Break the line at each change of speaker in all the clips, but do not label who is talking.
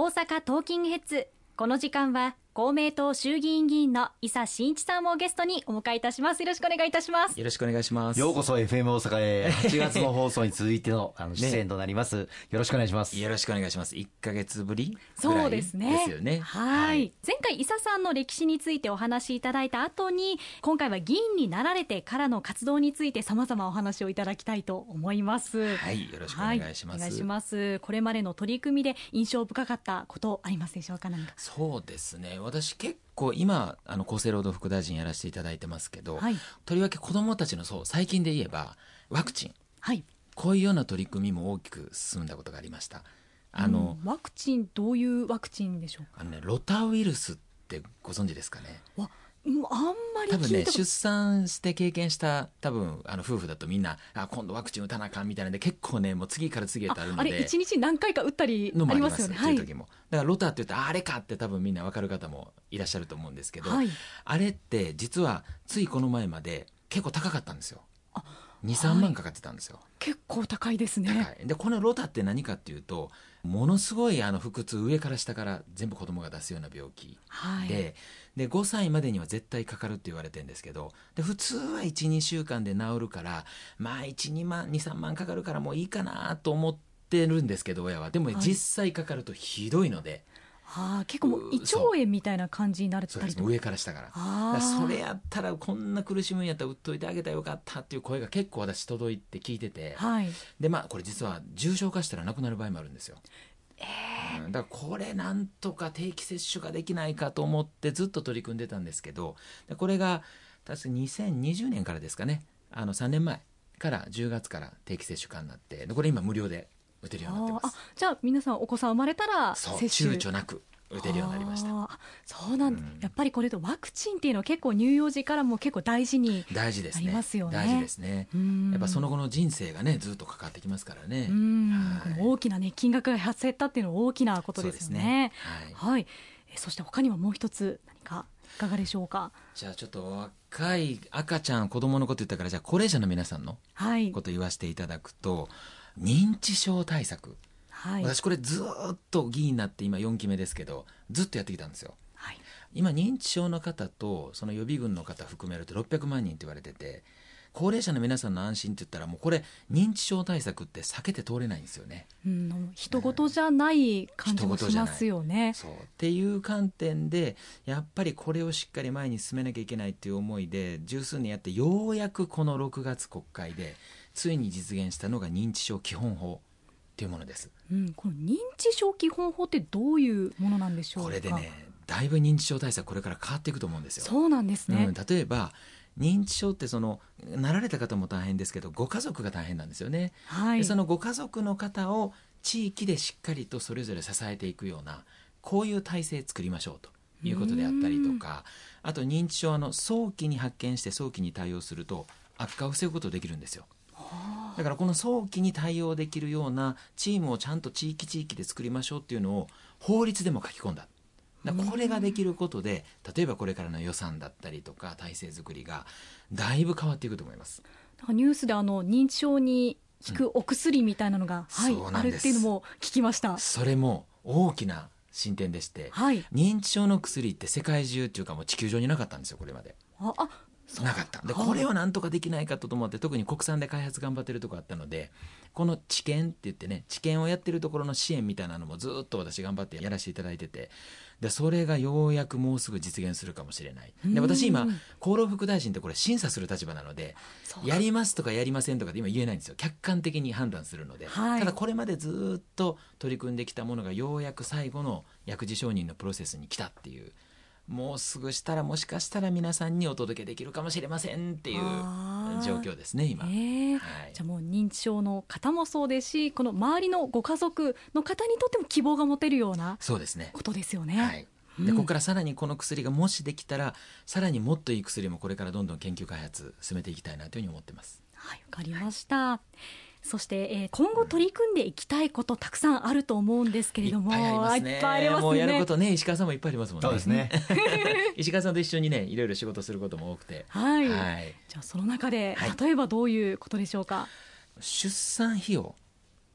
阪トーキングヘッズこの時間は公明党衆議院議員の伊佐真一さんをゲストにお迎えいたしますよろしくお願いいたします
よろしくお願いします。
ようこそ FM 大阪へ8月 の放送に続いてのあの出演となります、よろしくお願いします
よろしくお願いします。一ヶ月ぶりぐら
そう
い
で
ですす
ね。
よね。
はい,、前回、伊佐さんの歴史についてお話しいただいた後に、今回は議員になられてからの活動について、様々お話をいただきたいと思います。
はいよろしくお願いしま
はお
す
願いします。これまでの取り組みで印象深かったことありますでしょうか、なんか。
そうですね。私結構今、あの、厚生労働副大臣やらせていただいてますけど、
はい
とりわけ子供たちの、そう、最近で言えば、ワクチン。
はい。
こういうような取り組みも大きく進んだことがありました。あの、
うんワクチン、どういうワクチンでしょうか。
あのね、ロタウイルスってご存知ですかね
わうんあんまり
多分
聞
ね
いたこと
出産して経験した多分あの夫婦だとみんなあ今度ワクチン打たなあかんみたいなんで結構ねもう次から次へとある
あ
の
あ
で
れ、一日何回か打ったり
のも
あり
あり
ま
ますす
よね。
っていう時も、だからロターって言ったらあれかって多分みんな分かる方もいらっしゃると思うんですけど、
はい。
あれって実はついこの前まで結構高かったんですよ
あ
23万かかってたんですよ、
結構高いですね。
高いでこのロタって何かっていうとものすごいあの腹痛上から下から全部子供が出すような病気
はい。
でで5歳までには絶対かかるって言われてるんですけどで普通は12週間で治るからまあ12万23万かかるからもういいかなと思ってるんですけど親はでもね
はい
実際かかるとひどいので、
ああ結構もう胃腸炎みたいな感じになるっ
そう
たり
です
と
ね
か
上から下から。だ
あ
か
あ
らそれやったらこんな苦しむんやったら打っといてあげたらよかったっていう声が結構私届いて聞いてて
はい
でまあこれ実は重症化したら亡くなる場合もあるんですよ。うんだからこれなんとか定期接種ができないかと思ってずっと取り組んでたんですけどでこれが確か2020年からですかねあの3年前から10月から定期接種化になってでこれ今無料で打てるようになって
あ
ま
あ
す。
じゃあ皆さんお子さん生まれたら
そう
接種
躊躇なく打てるようになりました。
ああそうなんだ、
うん
やっぱりこれとワクチンっていうのは結構乳幼児からも結構大事に
大事ですね。
ありますよね
大事ですね。
うん
やっぱその後の人生がねずっとかかってきますからね。
うん、
はい
この大きなね金額が発生ったっていうのは大きなことですよね
そうですねは
はいえそして他にはもう一つ何かいかがでしょうか
じゃあちょっと若い赤ちゃん子供のこと言ったからじゃあ高齢者の皆さんの
はい
こと言わせていただくと認知症対策、
はい
私これずーっと議員になって今4期目ですけどずっとやってきたんですよ
はい
今認知症の方とその予備軍の方含めると600万人って言われてて高齢者の皆さんの安心って言ったらもうこれ認知症対策って避けて通れないんですよね
うん、人事じゃない感じも
人
し
事じゃ
ま
ない
すよね。
そうっていう観点でやっぱりこれをしっかり前に進めなきゃいけないっていう思いで十数年やってようやくこの6月国会でついに実現したのが認知症基本法っていうものです。
うん、この認知症基本法ってどういうものなんでしょうか。
これでねだいぶ認知症対策これから変わっていくと思うんですよ。
そうなんですね。
うん、例えば認知症ってそのなられた方も大変ですけどご家族が大変なんですよね。
は
で
い。
そのご家族の方を地域でしっかりとそれぞれ支えていくようなこういう体制作りましょうということであったりとかあと認知症はあの早期に発見して早期に対応すると悪化を防ぐことができるんですよ。だからこの早期に対応できるようなチームをちゃんと地域地域で作りましょうっていうのを法律でも書き込んだ。だからこれができることで例えばこれからの予算だったりとか体制作りがだいぶ変わっていくと思います。
なんかニュースであの認知症に効くお薬みたいなのが、はい
そう
あ
なん
る
です
っていうのも聞きました。
それも大きな進展でして、
はい。
認知症の薬って世界中っていうかもう地球上になかったんですよこれまで
あ、あ、そう
なかったで
はい
これをなんとかできないかと思って特に国産で開発頑張ってるとこあったのでこの治験って言ってね治験をやってるところの支援みたいなのもずっと私頑張ってやらせていただいててでそれがようやくもうすぐ実現するかもしれないで
うん
私今厚労副大臣ってこれ審査する立場なので
そう
やりますとかやりませんとかで今言えないんですよ客観的に判断するので、
はい
ただこれまでずっと取り組んできたものがようやく最後の薬事承認のプロセスに来たっていうもうすぐしたらもしかしたら皆さんにお届けできるかもしれませんっていう
あー
状況ですね今、
ええ
はい
じゃあもう認知症の方もそうですし、この周りのご家族の方にとっても希望が持てるような
そうですね
ことですよね。
はいでここからさらにこの薬がもしできたらさらにもっといい薬もこれからどんどん研究開発進めていきたいなというふうに思ってます
はい、わかりました。そして、えー今後取り組んでいきたいことたくさんあると思うんですけれ
いっ
ども、
ぱいありますね
いっぱいありますね
もうやることね石川さんもいっぱいありますもんね
そうですね
石川さんと一緒にねいろいろ仕事することも多くて、
はい。
はい
じゃあその中で、
はい
例えばどういうことでしょうか。
出産費用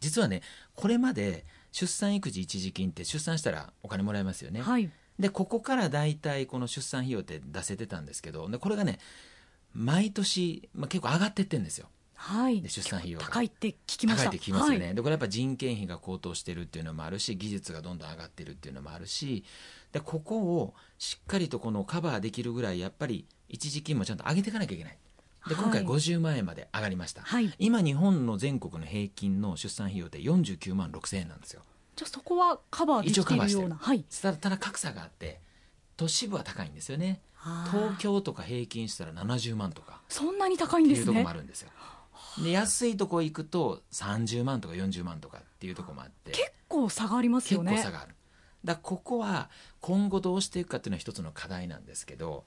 実はねこれまで出産育児一時金って出産したらお金もらえますよね、
はい。
でここから大体この出産費用って出せてたんですけどでこれがね毎年、まあ、結構上がってってんですよ
はい
で。出産費用が
高いって聞きまし
高い
た。
って聞きますよね、
はい。
でこれやっぱ人件費が高騰してるっていうのもあるし技術がどんどん上がってるっていうのもあるしでここをしっかりとこのカバーできるぐらいやっぱり一時金もちゃんと上げていかなきゃいけないで今回
はい
50万円まで上がりました、
はい
今日本の全国の平均の出産費用って49万6千円なんですよ
じゃあそこはカバーで
一応
きて
カ
い
バー
る
してる
ような。はい。
ただただ格差があって都市部は高いんですよね
あー
東京とか平均したら70万とか
そんなに高いん
って
で
い
す
うとこ
ね
もあ。るんですよで安いとこ行くと30万とか40万とかっていうとこもあって
結構差があります
結
よね。
構差がある。だからここは今後どうしていくかっていうのは一つの課題なんですけど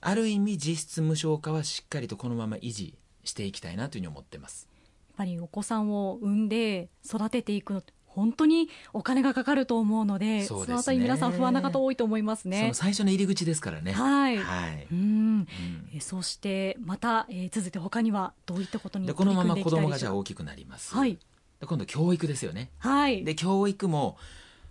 ある意味実質無償化はしっかりとこのまま維持していきたいなというふうに思ってます。
やっぱりお子さんを産んで育てていくのって本当にお金がかかると思うので
そうですね
のあたり皆さん不安な方多いと思います
そ
ね
の。最初の入り口ですからね。
はい
はい
うん
うん
えそしてまた、えー続いて他にはどういったことに
で
取
こ
り
のま
組ん
ま
でい
子
きたい
供
で
が
し
じゃあ
ょう
大きくなります。
はい
で今度教育ですよね。
かはい
で教育も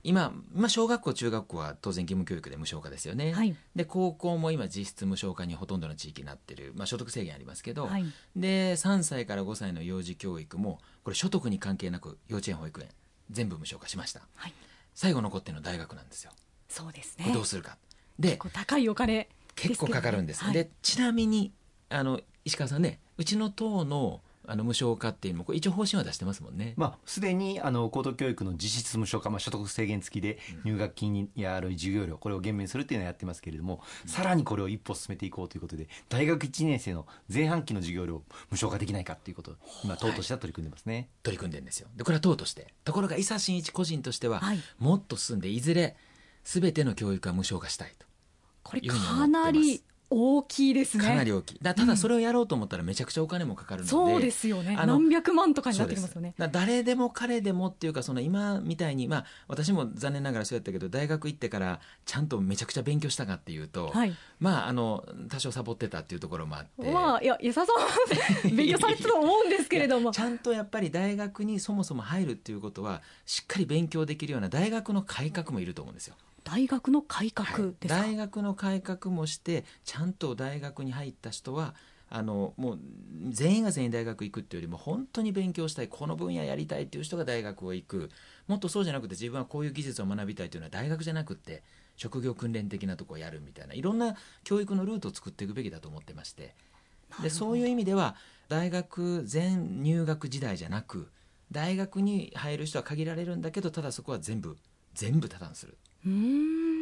今、まあ、小学校中学校は当然義務教育で無償化ですよね。
はい
で高校も今実質無償化にほとんどの地域になってる、まあ、所得制限ありますけど、
はい
で3歳から5歳の幼児教育もこれ所得に関係なく幼稚園保育園全部無償化しました
はい
最後残ってるのは大学なんですよ
そうです
これ
ね
どうするかで
結構高いお金
結構かかるんです
けどね
でちなみにあの石川さんねうちの党のあの無償化っていうのもこれ一応方針は出してますもんね、
まあ、すでにあの高等教育の実質無償化、まあ、所得制限付きで入学金にやある授業料これを減免するっていうのはやってますけれども、さらにこれを一歩進めていこうということで大学1年生の前半期の授業料を無償化できないかということを今党としては取り組んでますね。
取り組んでるんですよでこれは党としてところが伊佐真一個人としては、
はい
もっと進んでいずれ全ての教育は無償化したいと
これ
いうふうに思ってます
かなり大きいですね
かなり大きいだただそれをやろうと思ったらめちゃくちゃお金もかかるので、
そうですよね
あの
何百万とかに
そ
な
う
って
で
きますよね
だから誰でも彼でもっていうかその今みたいに、まあ、私も残念ながらそうやったけど大学行ってからちゃんとめちゃくちゃ勉強したかっていうと、
はい
まああの多少サボってたっていうところもあって。
まあいや安田さん は勉強されてたと思うんですけれども
ちゃんとやっぱり大学にそもそも入るっていうことはしっかり勉強できるような大学の改革もいると思うんですよ。
大学の改
は
革
い
ですか、
大学の改革もしてちゃんと大学に入った人はあのもう全員が全員大学行くっていうよりも本当に勉強したいこの分野やりたいっていう人が大学を行くもっとそうじゃなくて自分はこういう技術を学びたいというのは大学じゃなくって職業訓練的なとこをやるみたいないろんな教育のルートを作っていくべきだと思ってましてでそういう意味では大学全入学時代じゃなく大学に入る人は限られるんだけどただそこは全部全部多段する
うー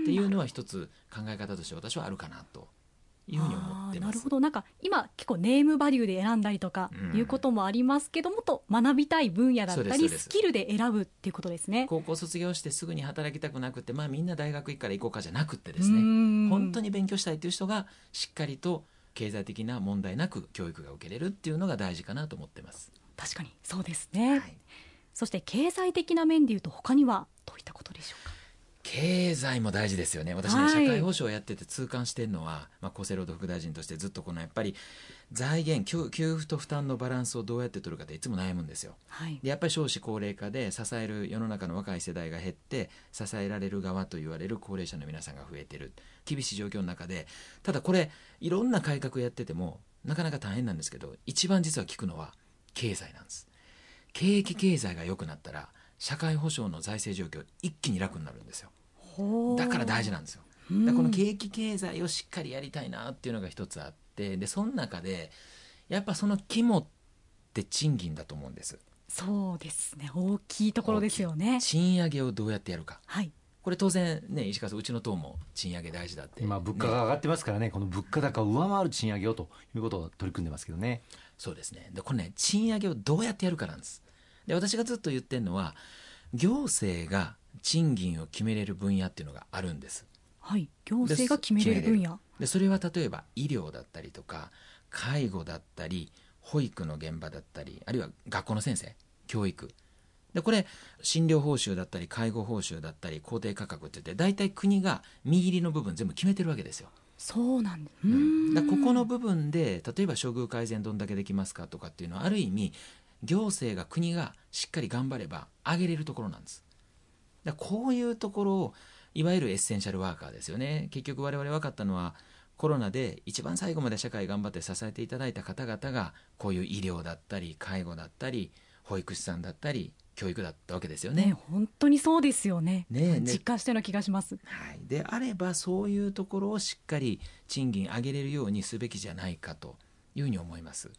ん
っていうのは一つ考え方として私はあるかなというふうに思って
あーな
ま
る
す
ほ。どなんか今結構ネームバリューで選んだりとか
うん
いうこともありますけどもっと学びたい分野だった
そうで
り
すそうです
スキルで選ぶっていうことですね。
高校卒業してすぐに働きたくなくて、まあ、みんな大学行くから行こうかじゃなくてで
う
す
ー
ね
ん
本当に勉強したいという人がしっかりと経済的な問題なく教育が受けれるっていうのが大事かなと思ってます。
確かにそうですね、
はい
そして経済的な面でいうと他にはどういったことでしょうか
経済も大事ですよね私ね、
はい
社会保障をやってて痛感してるのは、まあ、厚生労働副大臣としてずっとこのやっぱり財源給給付と負担のバランスをどうやって取るかっていつも悩むんですよ。
はい
でやっぱり少子高齢化で支える世の中の若い世代が減って支えられる側と言われる高齢者の皆さんが増えてる厳しい状況の中でただこれいろんな改革やっててもなかなか大変なんですけど一番実は効くのは経済なんです景気経済が良くなったら社会保障の財政状況一気に楽になるんですよ
ほう
だから大事なんですよ
うん
だからこの景気経済をしっかりやりたいなっていうのが一つあってでその中でやっぱその肝って賃金だと思うんです
そうですね大きいところですよね
賃上げをどうやってやるか
はい
これ当然ね石川さんうちの党も賃上げ大事だって
今物価
ね
が上がってますからねこの物価高を上回る賃上げをということを取り組んでますけどね。
そうですねでこれね賃上げをどうやってやるかなんですで私がずっと言ってるのは行政が賃金を決めれる分野っていうのがあるんです
はい行政が決めれる分野
でそれは例えば医療だったりとか介護だったり保育の現場だったりあるいは学校の先生教育でこれ診療報酬だったり介護報酬だったり公定価格って言って大体国が右利の部分全部決めてるわけですよ
そうなんです
だからここの部分で例えば処遇改善どんだけできますかとかっていうのはある意味行政が国がしっかり頑張れば上げれるところなんですだからこういうところをいわゆるエッセンシャルワーカーですよね結局我々分かったのはコロナで一番最後まで社会頑張って支えていただいた方々がこういう医療だったり介護だったり保育士さんだったり教育だったわけですよね
ね、。本当にそうですよね。
ねえね
実感したような気がします。
はい、であればそういうところをしっかり賃金上げれるようにすべきじゃないかというふうに思います。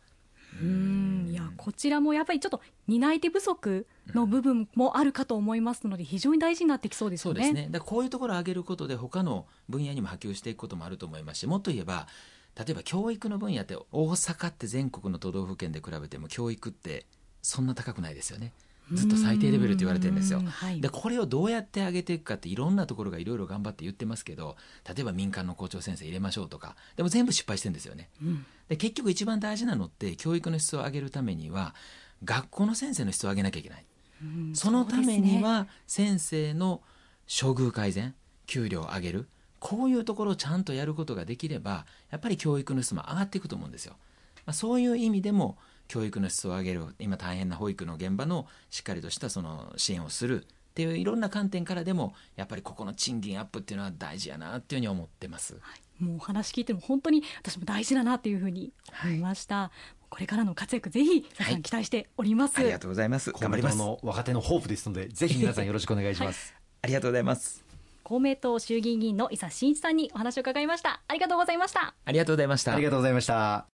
うん、いや、こちらもやっぱりちょっと担い手不足の部分もあるかと思いますので、非常に大事になってきそうです
そ
よ
う
ね。
ですね。だからこういうところを上げることで他の分野にも波及していくこともあると思いますし、もっと言えば例えば教育の分野って大阪って全国の都道府県で比べても教育ってそんな高くないですよね。ずっと最低レベルって言われてるんですよ
う。はい。
でこれをどうやって上げていくかっていろんなところがいろいろ頑張って言ってますけど例えば民間の校長先生入れましょうとかでも全部失敗してるんですよね。
うん
で結局一番大事なのって教育の質を上げるためには学校の先生の質を上げなきゃいけない、
うん
そのため
そうです
に
ね
は先生の処遇改善給料を上げるこういうところをちゃんとやることができればやっぱり教育の質も上がっていくと思うんですよ、まあ、そういう意味でも教育の質を上げる今大変な保育の現場のしっかりとしたその支援をするっていういろんな観点からでもやっぱりここの賃金アップっていうのは大事やなっていうふうに思ってます。
もうお話聞いても本当に私も大事だなというふうに思いました。これからの活躍ぜひ皆さ
は
ん
い
期待しております。
ありがとうございます。頑張ります
公。明党の若手のホープですのでぜひ皆さんよろしくお願いします、
ありがとうございます。
公明党衆議院議員の伊佐真一さんにお話を伺いました。ありがとうございました。
ありがとうございました。
ありがとうございました